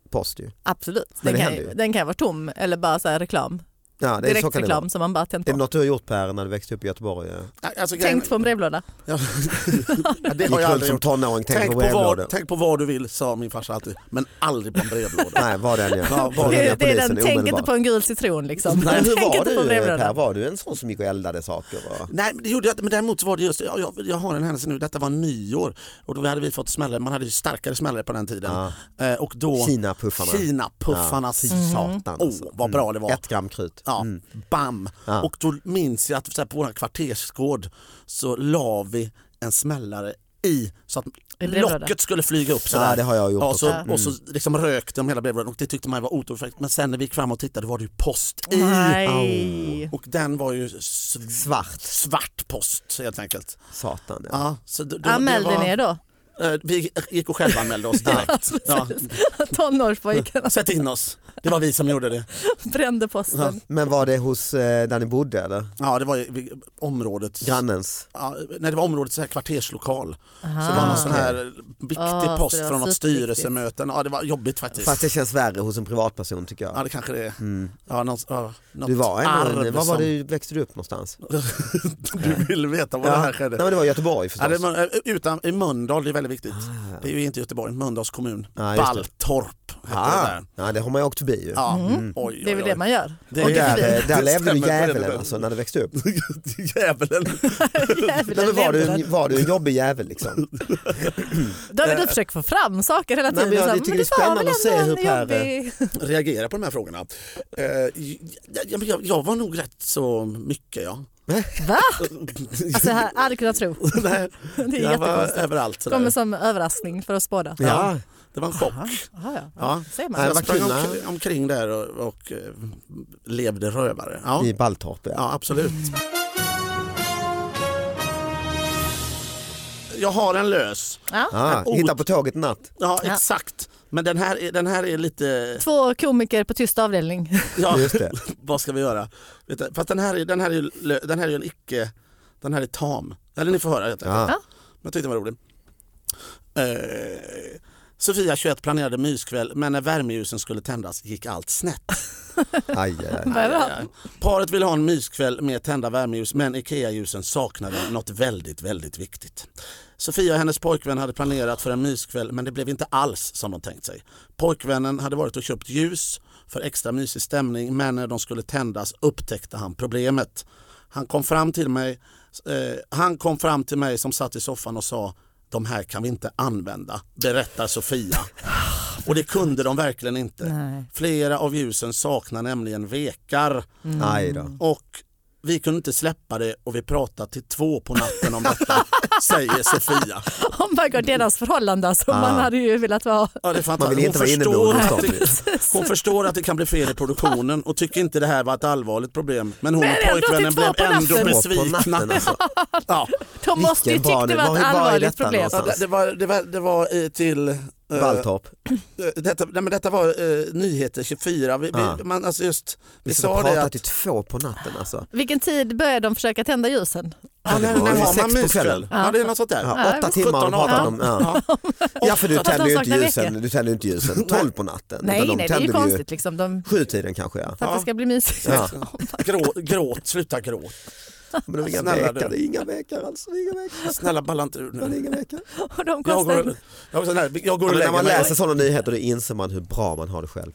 [SPEAKER 3] post ju.
[SPEAKER 2] absolut. Den,
[SPEAKER 3] men det
[SPEAKER 2] kan,
[SPEAKER 3] händer ju.
[SPEAKER 2] den kan vara tom eller bara så här reklam.
[SPEAKER 3] Ja, det är, så kan det vara.
[SPEAKER 2] Direktreklam som man bara tänt
[SPEAKER 3] Är det
[SPEAKER 2] på.
[SPEAKER 3] något du har gjort Per när du växte upp i Göteborg?
[SPEAKER 4] Nej, Alltså, grejen-
[SPEAKER 2] Tänkt på en brevlåda.
[SPEAKER 4] Ja, det
[SPEAKER 3] Gick
[SPEAKER 4] har jag
[SPEAKER 3] runt
[SPEAKER 4] aldrig
[SPEAKER 3] som
[SPEAKER 4] gjort.
[SPEAKER 3] tonåring, tänkte
[SPEAKER 4] Tänk
[SPEAKER 3] på
[SPEAKER 4] på, vad,
[SPEAKER 3] brevlådor.
[SPEAKER 4] tänk på vad du vill, sa min farsa alltid. Men aldrig på en brevlåda.
[SPEAKER 3] Nej, var den
[SPEAKER 4] Ja,
[SPEAKER 3] ja.
[SPEAKER 4] var
[SPEAKER 2] Det,
[SPEAKER 4] ringer
[SPEAKER 2] är- det är den,
[SPEAKER 3] polisen
[SPEAKER 2] tänk inte
[SPEAKER 3] omedelbart.
[SPEAKER 2] på en gul citron liksom.
[SPEAKER 3] Nej, hur
[SPEAKER 2] tänk
[SPEAKER 3] var
[SPEAKER 2] inte på en
[SPEAKER 3] du
[SPEAKER 2] brevlåda.
[SPEAKER 3] Per? Var du en sån som gick och eldade saker? Och...
[SPEAKER 4] Nej, men det gjorde jag inte. Men däremot så var det just, jag, jag, jag har en händelse nu, detta var nyår och då hade vi fått smällare, man hade ju starkare smällare på den tiden.
[SPEAKER 3] Ja.
[SPEAKER 4] Eh, och då
[SPEAKER 3] Kina-puffarna.
[SPEAKER 4] Kina-puffarna,
[SPEAKER 3] Ja, fy
[SPEAKER 4] Mm.
[SPEAKER 3] satan
[SPEAKER 4] Åh,
[SPEAKER 3] alltså.
[SPEAKER 4] vad bra det var.
[SPEAKER 3] Ett gram krut.
[SPEAKER 4] Ja,
[SPEAKER 3] Mm.
[SPEAKER 4] bam.
[SPEAKER 3] Ja.
[SPEAKER 4] Och då minns jag att så här, på vår kvartersgård så la vi en smällare i så att
[SPEAKER 2] I brevlådan.
[SPEAKER 4] locket skulle flyga upp sådär.
[SPEAKER 3] Ja, det har jag gjort
[SPEAKER 4] Ja,
[SPEAKER 3] också.
[SPEAKER 4] så,
[SPEAKER 2] Mm.
[SPEAKER 4] Och så liksom rökte de hela brevlådan och det tyckte man var otroligt Men sen när vi gick fram och tittade var det ju post i.
[SPEAKER 2] Mm. Nej.
[SPEAKER 4] Och den var ju sv-
[SPEAKER 3] Svart.
[SPEAKER 4] svart post helt enkelt.
[SPEAKER 3] Satan. Ja.
[SPEAKER 4] Ja, så då, då,
[SPEAKER 2] Anmälde
[SPEAKER 4] det var-
[SPEAKER 2] ni er då?
[SPEAKER 4] Eh, Vi gick och självanmälde oss direkt. ja.
[SPEAKER 2] Tonårspojkarna
[SPEAKER 4] Sätt in oss. Det var vi som gjorde det.
[SPEAKER 2] brände posten.
[SPEAKER 3] Men var det hos eh, där ni bodde eller?
[SPEAKER 4] Ja, det var ju vid områdets,
[SPEAKER 3] Grannens?
[SPEAKER 4] ja, nej, det var områdets så här kvarterslokal. Så det var
[SPEAKER 2] Aha.
[SPEAKER 3] Ah,
[SPEAKER 4] någon sån här viktig
[SPEAKER 2] Ah, så
[SPEAKER 4] post
[SPEAKER 2] det var
[SPEAKER 4] från något
[SPEAKER 2] superviktigt.
[SPEAKER 4] styrelsemöte. Ja, det var jobbigt faktiskt.
[SPEAKER 3] Fast det känns värre hos en privatperson tycker
[SPEAKER 4] Ja,
[SPEAKER 3] jag.
[SPEAKER 4] det kanske det är.
[SPEAKER 3] Mm.
[SPEAKER 4] Ja, något, ja, något
[SPEAKER 3] Du var ändå
[SPEAKER 4] arv
[SPEAKER 3] en, var var
[SPEAKER 4] som-
[SPEAKER 3] det, växte du upp någonstans?
[SPEAKER 4] du vill veta vad
[SPEAKER 3] Ja.
[SPEAKER 4] det här skedde.
[SPEAKER 3] Nej men det var i Göteborg
[SPEAKER 4] Ja,
[SPEAKER 3] förstås.
[SPEAKER 4] det är, Mö- eh, utan, I Mölndal, det är väldigt viktigt.
[SPEAKER 3] Ah.
[SPEAKER 4] Det är ju inte Göteborg, Mölndals kommun.
[SPEAKER 3] Ja, just det.
[SPEAKER 4] Balltorp heter det
[SPEAKER 3] Ah,
[SPEAKER 4] där.
[SPEAKER 3] ja, det har man ju åkt förbi ju.
[SPEAKER 4] Ja.
[SPEAKER 3] Mm.
[SPEAKER 4] Oj, oj,
[SPEAKER 2] Det är väl
[SPEAKER 4] oj.
[SPEAKER 2] det man gör.
[SPEAKER 4] Det
[SPEAKER 3] Och
[SPEAKER 4] är-
[SPEAKER 3] där, eh, där
[SPEAKER 4] det
[SPEAKER 3] levde du
[SPEAKER 4] stämmer.
[SPEAKER 3] djävulen alltså när du växte upp.
[SPEAKER 4] Djävulen.
[SPEAKER 3] Nej,
[SPEAKER 2] Djävulen
[SPEAKER 3] men var,
[SPEAKER 2] levde
[SPEAKER 3] du,
[SPEAKER 2] den.
[SPEAKER 3] en- var du en jobbig jävel liksom?
[SPEAKER 2] Då har du försökt få fram saker hela
[SPEAKER 3] Eh. Nej,
[SPEAKER 2] tiden.
[SPEAKER 3] men jag
[SPEAKER 2] Så här,
[SPEAKER 3] tycker det är
[SPEAKER 2] det var
[SPEAKER 3] spännande
[SPEAKER 2] väl
[SPEAKER 3] att se
[SPEAKER 2] ändå
[SPEAKER 3] hur
[SPEAKER 2] en
[SPEAKER 3] Per, eh,
[SPEAKER 2] jobbig-
[SPEAKER 4] reagera på de här frågorna. Eh, jag, jag, jag var nog rätt så mycket ja.
[SPEAKER 2] Va? Alltså, här, aldrig kunnat tro. Det
[SPEAKER 4] Nej,
[SPEAKER 2] är
[SPEAKER 4] jag var
[SPEAKER 2] jättekonstigt.
[SPEAKER 4] överallt. sådär.
[SPEAKER 2] Kommer som överraskning för oss båda.
[SPEAKER 3] Ja.
[SPEAKER 4] Det var en chock.
[SPEAKER 2] Aha, ja.
[SPEAKER 4] Ja.
[SPEAKER 2] Ser
[SPEAKER 4] Så
[SPEAKER 2] man.
[SPEAKER 3] Nej,
[SPEAKER 4] jag
[SPEAKER 3] vad
[SPEAKER 4] sprang
[SPEAKER 3] kul,
[SPEAKER 4] omkring, omkring där och, och eh, levde rövare. Ja,
[SPEAKER 3] I Balltorp ja.
[SPEAKER 4] ja absolut. Jag har en lös.
[SPEAKER 2] Ja.
[SPEAKER 3] Ah,
[SPEAKER 4] Ja,
[SPEAKER 3] hitta
[SPEAKER 4] ot-
[SPEAKER 3] på tåget i natt.
[SPEAKER 4] Ja,
[SPEAKER 2] Ja.
[SPEAKER 4] exakt. Men den här, är- den här är lite...
[SPEAKER 2] Två komiker på tyst avdelning.
[SPEAKER 4] Ja,
[SPEAKER 3] Just det.
[SPEAKER 4] vad ska vi göra? Vet du, Fast den här är, den här är, ju lö- den här är ju en icke... Den här är tam. Eller ni får höra. Helt enkelt.
[SPEAKER 3] Ja.
[SPEAKER 4] Men jag tyckte den var rolig. Eh, Sofia 21 planerade myskväll men när värmeljusen skulle tändas gick allt snett.
[SPEAKER 3] Aj, aj, aj.
[SPEAKER 2] Vad bra.
[SPEAKER 4] Paret ville ha en myskväll med tända värmeljus men IKEA-ljusen saknade något väldigt, väldigt viktigt. Sofia och hennes pojkvän hade planerat för en myskväll men det blev inte alls som de tänkt sig. Pojkvännen hade varit och köpt ljus för extra mysig stämning men när de skulle tändas upptäckte han problemet. Han kom fram till mig, eh, han kom fram till mig som satt i soffan och sa de här kan vi inte använda, berättar Sofia. Och det kunde de verkligen inte.
[SPEAKER 2] Nej.
[SPEAKER 4] Flera av ljusen saknar nämligen vekar
[SPEAKER 3] Aj då.
[SPEAKER 4] och Vi kunde inte släppa det och vi pratade till två på natten om detta, säger Sofia.
[SPEAKER 2] Oh my God, deras förhållande alltså, man
[SPEAKER 3] Ah.
[SPEAKER 2] hade ju velat vara...
[SPEAKER 4] Ja, det är
[SPEAKER 3] Man vill
[SPEAKER 4] fantastiskt.
[SPEAKER 3] inte vara
[SPEAKER 4] förstår,
[SPEAKER 3] inneboende
[SPEAKER 4] att
[SPEAKER 3] statligt.
[SPEAKER 4] det, hon förstår att det kan bli fel i produktionen och tycker inte det här var ett allvarligt problem. Men hon
[SPEAKER 2] Men
[SPEAKER 4] och
[SPEAKER 2] ändå till
[SPEAKER 4] pojkvännen
[SPEAKER 2] två
[SPEAKER 4] blev
[SPEAKER 2] på natten.
[SPEAKER 4] ändå
[SPEAKER 3] Två på
[SPEAKER 4] besvikna.
[SPEAKER 3] natten alltså.
[SPEAKER 4] Ja,
[SPEAKER 2] De måste ju
[SPEAKER 3] Vilken
[SPEAKER 2] tyckt
[SPEAKER 3] var
[SPEAKER 2] det
[SPEAKER 3] det?
[SPEAKER 2] var
[SPEAKER 3] Var
[SPEAKER 2] ett
[SPEAKER 3] är- var är
[SPEAKER 2] allvarligt
[SPEAKER 3] detta
[SPEAKER 2] problem.
[SPEAKER 4] ja,
[SPEAKER 3] någonstans?
[SPEAKER 4] det, det var, det var, det var eh, till... eh,
[SPEAKER 3] Valltorp.
[SPEAKER 4] eh, detta, nej, men detta var eh, Nyheter 24. Vi, vi,
[SPEAKER 3] Ah.
[SPEAKER 4] man, alltså just, vi
[SPEAKER 3] Vi satt
[SPEAKER 4] sa
[SPEAKER 3] och
[SPEAKER 4] det
[SPEAKER 3] pratade
[SPEAKER 4] att
[SPEAKER 3] till två på natten alltså.
[SPEAKER 2] Vilken tid började de försöka tända ljusen?
[SPEAKER 4] Ja, när,
[SPEAKER 3] var
[SPEAKER 4] när
[SPEAKER 3] ju
[SPEAKER 4] har
[SPEAKER 3] sex
[SPEAKER 4] man
[SPEAKER 3] på
[SPEAKER 4] myskväll?
[SPEAKER 3] kvällen.
[SPEAKER 4] Ja, det är något sånt där.
[SPEAKER 3] Ja, åtta
[SPEAKER 2] men
[SPEAKER 3] timmar har de
[SPEAKER 4] 17,
[SPEAKER 3] pratat om. Ja.
[SPEAKER 4] Ja.
[SPEAKER 3] Ja för du
[SPEAKER 2] Ofta
[SPEAKER 3] tänder ju inte
[SPEAKER 2] saknar
[SPEAKER 3] ljusen,
[SPEAKER 2] vecka.
[SPEAKER 3] du tänder ju inte ljusen tolv på natten.
[SPEAKER 2] Nej,
[SPEAKER 3] utan de
[SPEAKER 2] nej det är ju
[SPEAKER 3] tänder vi
[SPEAKER 2] konstigt liksom. De,
[SPEAKER 3] Sjutiden kanske ja.
[SPEAKER 2] för att
[SPEAKER 4] Ja.
[SPEAKER 2] det ska bli mysigt.
[SPEAKER 3] Ja.
[SPEAKER 4] Grå, gråt, sluta gråt.
[SPEAKER 3] Men det är inga
[SPEAKER 4] Snälla
[SPEAKER 3] veckor,
[SPEAKER 4] du.
[SPEAKER 3] det är inga veckor alltså. Det är inga veckor.
[SPEAKER 4] Snälla balla inte ur
[SPEAKER 3] Det är
[SPEAKER 4] nu.
[SPEAKER 3] inga veckor.
[SPEAKER 2] Och de
[SPEAKER 4] Jag
[SPEAKER 2] kostar...
[SPEAKER 4] går, jag, går, nej, jag går
[SPEAKER 3] Ja,
[SPEAKER 4] och
[SPEAKER 3] men när
[SPEAKER 4] lägger
[SPEAKER 3] man
[SPEAKER 4] mig.
[SPEAKER 3] läser sådana nyheter då inser man hur bra man har det själv.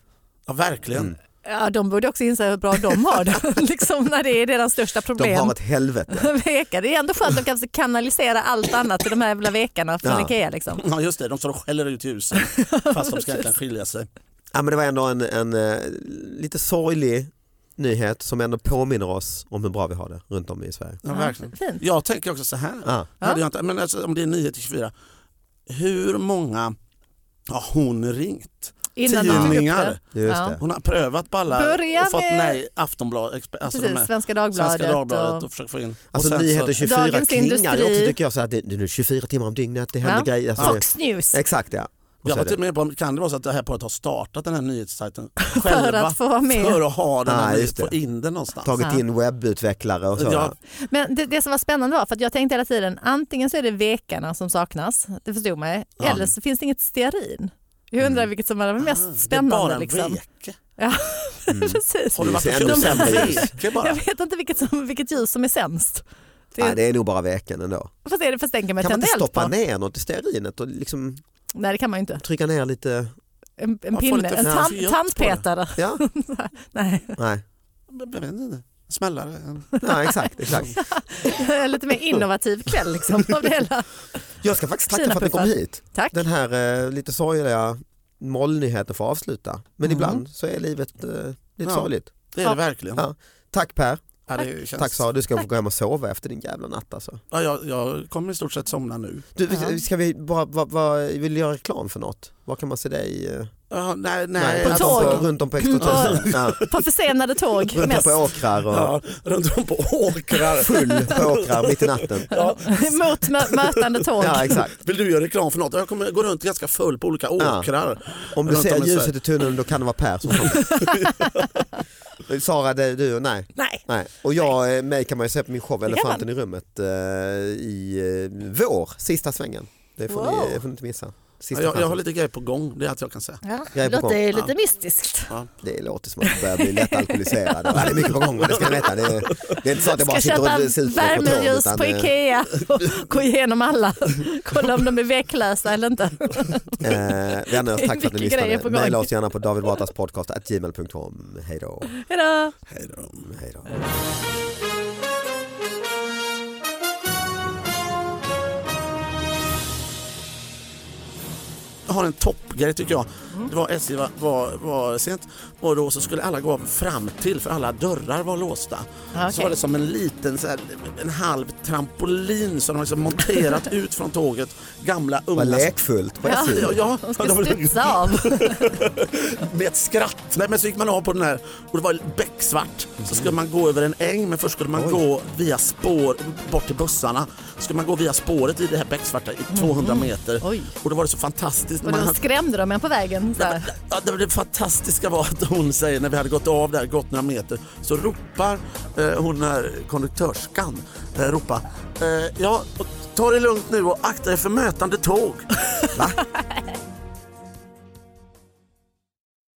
[SPEAKER 4] Ja, verkligen.
[SPEAKER 3] Mm.
[SPEAKER 2] Ja, de borde också inse hur bra de har det, liksom, när det är deras största
[SPEAKER 3] De
[SPEAKER 2] problem.
[SPEAKER 3] har ett helvete.
[SPEAKER 2] Veka. Det är ändå skönt att de kan kanalisera allt annat till de här jävla vekarna från
[SPEAKER 3] Ja.
[SPEAKER 2] Ikea. Liksom.
[SPEAKER 4] Ja, just det, de står och skäller ut husen fast de ska egentligen skilja sig.
[SPEAKER 3] Ja, men det var ändå en, en eh, lite sorglig nyhet som ändå påminner oss om hur bra vi har det runt om i Sverige.
[SPEAKER 4] Ja, verkligen.
[SPEAKER 2] Fint.
[SPEAKER 4] Jag tänker också så här.
[SPEAKER 3] Ja.
[SPEAKER 4] Hade jag inte, men alltså, om det är 9 till 24, hur många har hon ringt?
[SPEAKER 2] Innan de tog upp
[SPEAKER 4] Tidningar.
[SPEAKER 2] det.
[SPEAKER 3] Just
[SPEAKER 2] Ja.
[SPEAKER 3] det.
[SPEAKER 4] Hon har prövat på alla
[SPEAKER 2] Börja
[SPEAKER 4] och fått
[SPEAKER 2] med-
[SPEAKER 4] nej Aftonbladet, Expe- alltså de
[SPEAKER 2] Precis,
[SPEAKER 4] här
[SPEAKER 2] Svenska Dagbladet.
[SPEAKER 4] Svenska Dagbladet
[SPEAKER 2] och...
[SPEAKER 4] och försökt få in.
[SPEAKER 3] Alltså
[SPEAKER 4] och sen
[SPEAKER 3] nyheter
[SPEAKER 4] så,
[SPEAKER 3] 24
[SPEAKER 2] Dagens
[SPEAKER 3] klingar ju också
[SPEAKER 2] Industri.
[SPEAKER 3] tycker jag så här, det, det är nu 24 timmar om dygnet, det händer
[SPEAKER 2] Ja.
[SPEAKER 3] grejer. Alltså,
[SPEAKER 2] Fox News.
[SPEAKER 3] det- Exakt ja. Och
[SPEAKER 4] jag
[SPEAKER 3] så
[SPEAKER 4] var
[SPEAKER 3] är det.
[SPEAKER 4] till och med på, om- kan det vara så att det här paret har startat den här nyhetssajten
[SPEAKER 2] För
[SPEAKER 4] själva?
[SPEAKER 2] att få vara med.
[SPEAKER 4] För att ha den
[SPEAKER 3] Ah,
[SPEAKER 4] här,
[SPEAKER 3] just
[SPEAKER 4] få
[SPEAKER 3] det.
[SPEAKER 4] in den någonstans.
[SPEAKER 3] Tagit
[SPEAKER 2] Ja.
[SPEAKER 3] in webbutvecklare och så.
[SPEAKER 4] Ja.
[SPEAKER 2] Men det, det som var spännande var, för att jag tänkte hela tiden, antingen så är det vekarna som saknas, det förstod man
[SPEAKER 4] Ja.
[SPEAKER 2] eller så finns det inget stearin. Jag undrar vilket som var det mest
[SPEAKER 4] det är
[SPEAKER 2] spännande.
[SPEAKER 4] bara en
[SPEAKER 2] liksom.
[SPEAKER 4] veke.
[SPEAKER 2] ja,
[SPEAKER 3] Mm.
[SPEAKER 2] precis.
[SPEAKER 4] Har du
[SPEAKER 3] Det
[SPEAKER 4] varit
[SPEAKER 3] ser
[SPEAKER 4] och
[SPEAKER 3] ännu
[SPEAKER 4] köpt en
[SPEAKER 3] sämre ut.
[SPEAKER 4] veke bara?
[SPEAKER 2] Jag vet inte vilket, som, vilket ljus som är sämst. Det,
[SPEAKER 3] Nej, det är nog bara veckan ändå.
[SPEAKER 2] Fast är det fast den kan man
[SPEAKER 3] Kan man
[SPEAKER 2] tända
[SPEAKER 3] inte
[SPEAKER 2] eld
[SPEAKER 3] stoppa
[SPEAKER 2] på.
[SPEAKER 3] ner något i stearinet och liksom
[SPEAKER 2] Nej det kan man ju inte.
[SPEAKER 3] trycka ner lite?
[SPEAKER 2] En, en
[SPEAKER 4] Man får
[SPEAKER 2] pinne,
[SPEAKER 4] lite
[SPEAKER 2] en
[SPEAKER 4] fräs
[SPEAKER 2] tand,
[SPEAKER 4] gött
[SPEAKER 2] tandpetare.
[SPEAKER 3] Ja,
[SPEAKER 2] Nej,
[SPEAKER 3] nej.
[SPEAKER 4] Jag vet inte. Smällare.
[SPEAKER 3] Ja, exakt, exakt.
[SPEAKER 2] lite mer innovativ kväll liksom. Av det hela.
[SPEAKER 3] Jag ska faktiskt tacka
[SPEAKER 2] Fina
[SPEAKER 3] för att ni kom
[SPEAKER 2] puffar.
[SPEAKER 3] hit.
[SPEAKER 2] Tack.
[SPEAKER 3] Den här eh, lite sorgliga mollnyheten får avsluta. Men
[SPEAKER 4] Mm.
[SPEAKER 3] ibland så är livet eh, lite
[SPEAKER 4] Ja.
[SPEAKER 3] sorgligt.
[SPEAKER 4] Det är
[SPEAKER 2] Ja.
[SPEAKER 4] det verkligen.
[SPEAKER 3] Ja. Tack Per,
[SPEAKER 4] Ja, det känns...
[SPEAKER 3] tack Sara. Du ska
[SPEAKER 2] Tack.
[SPEAKER 3] få gå hem och sova efter din jävla natt alltså.
[SPEAKER 4] Ja, jag, jag kommer i stort sett somna nu.
[SPEAKER 3] Du,
[SPEAKER 2] Ja.
[SPEAKER 3] ska vi bara, vad, vad, vill du göra reklam för något? Var kan man se dig? eh?
[SPEAKER 4] Ja, nej, nej,
[SPEAKER 2] På
[SPEAKER 3] runt
[SPEAKER 4] alltså-
[SPEAKER 3] om
[SPEAKER 2] tåg.
[SPEAKER 3] På, runt om på Extra ja.
[SPEAKER 2] På försenade tåg
[SPEAKER 3] Runt om
[SPEAKER 2] mest.
[SPEAKER 3] på åkrar och
[SPEAKER 4] Ja, runt om på åkrar.
[SPEAKER 3] full på åkrar mitt i natten.
[SPEAKER 4] Ja.
[SPEAKER 2] Mot mö- mötande tåg.
[SPEAKER 3] Ja exakt.
[SPEAKER 4] Vill du göra reklam för något? Jag kommer gå runt ganska full på olika
[SPEAKER 3] Ja.
[SPEAKER 4] åkrar.
[SPEAKER 3] Om du
[SPEAKER 4] Runt om
[SPEAKER 3] ser
[SPEAKER 4] i
[SPEAKER 3] ljuset
[SPEAKER 4] Sverige.
[SPEAKER 3] i tunneln då kan det vara Per som kommer. Sara, det är du och nej.
[SPEAKER 2] Nej,
[SPEAKER 3] Nej. Och jag, eh, mig kan man ju se på min show
[SPEAKER 2] kan
[SPEAKER 3] Elefanten i rummet eh, i eh, vår, sista svängen. Det får,
[SPEAKER 2] Wow.
[SPEAKER 3] ni, det får ni inte missa. Sista
[SPEAKER 4] Jag, jag har
[SPEAKER 3] chansen.
[SPEAKER 4] lite grejer på gång, det är allt jag kan säga.
[SPEAKER 2] ja.
[SPEAKER 3] Jag är
[SPEAKER 2] det
[SPEAKER 3] på
[SPEAKER 2] låter ju
[SPEAKER 4] gång.
[SPEAKER 2] lite mystiskt.
[SPEAKER 3] Det låter som att jag börjar bli lätt alkoholiserad. Ja, det är mycket på gång, men det ska ni veta. Det är, det är inte så att jag bara
[SPEAKER 2] Ska
[SPEAKER 3] sitter
[SPEAKER 2] köpa
[SPEAKER 3] och ser ut på tåg,
[SPEAKER 2] värmeljus
[SPEAKER 3] utan,
[SPEAKER 2] på
[SPEAKER 3] eh,
[SPEAKER 2] Ikea och gå igenom alla. Kolla om de är vecklösa eller inte.
[SPEAKER 3] Eh, vänner, tack för
[SPEAKER 2] Mycket
[SPEAKER 3] att ni
[SPEAKER 2] grejer
[SPEAKER 3] lyssnade.
[SPEAKER 2] på gång.
[SPEAKER 3] Maila oss gärna på davidbatraspodcast.gmail.com. Hej då.
[SPEAKER 2] Hejdå!
[SPEAKER 4] Hej då.
[SPEAKER 3] Hej då.
[SPEAKER 4] Jag har en toppgrej tycker jag. Det var SJ var, var, var sent och då så skulle alla gå fram till för alla dörrar var låsta.
[SPEAKER 2] Ja,
[SPEAKER 4] Så
[SPEAKER 2] Ah, okej.
[SPEAKER 4] var det som en liten så här, en halv trampolin som de liksom monterat ut från tåget. Gamla
[SPEAKER 3] Vad
[SPEAKER 4] unga
[SPEAKER 3] lekfullt på
[SPEAKER 4] Ja,
[SPEAKER 3] SJ.
[SPEAKER 4] ja, ja.
[SPEAKER 2] De ska studsa av.
[SPEAKER 4] med ett skratt. Nej, men så gick man av på den här och det var becksvart. Så skulle man gå över en äng men först skulle man
[SPEAKER 3] Oj.
[SPEAKER 4] gå via spår bort till bussarna. Så skulle man gå via spåret i det här becksvarta i 200 meter.
[SPEAKER 2] Mm. Oj.
[SPEAKER 4] Och då var det så fantastiskt.
[SPEAKER 2] Och
[SPEAKER 4] Man
[SPEAKER 2] då
[SPEAKER 4] hade-
[SPEAKER 2] skrämde de en på vägen. Så här.
[SPEAKER 4] Ja, det, det fantastiska var att hon säger när vi hade gått av där, gått några meter, så ropar eh, hon här konduktörskan, eh, ropar, eh, ja, och ta det lugnt nu och akta er för mötande tåg. Va?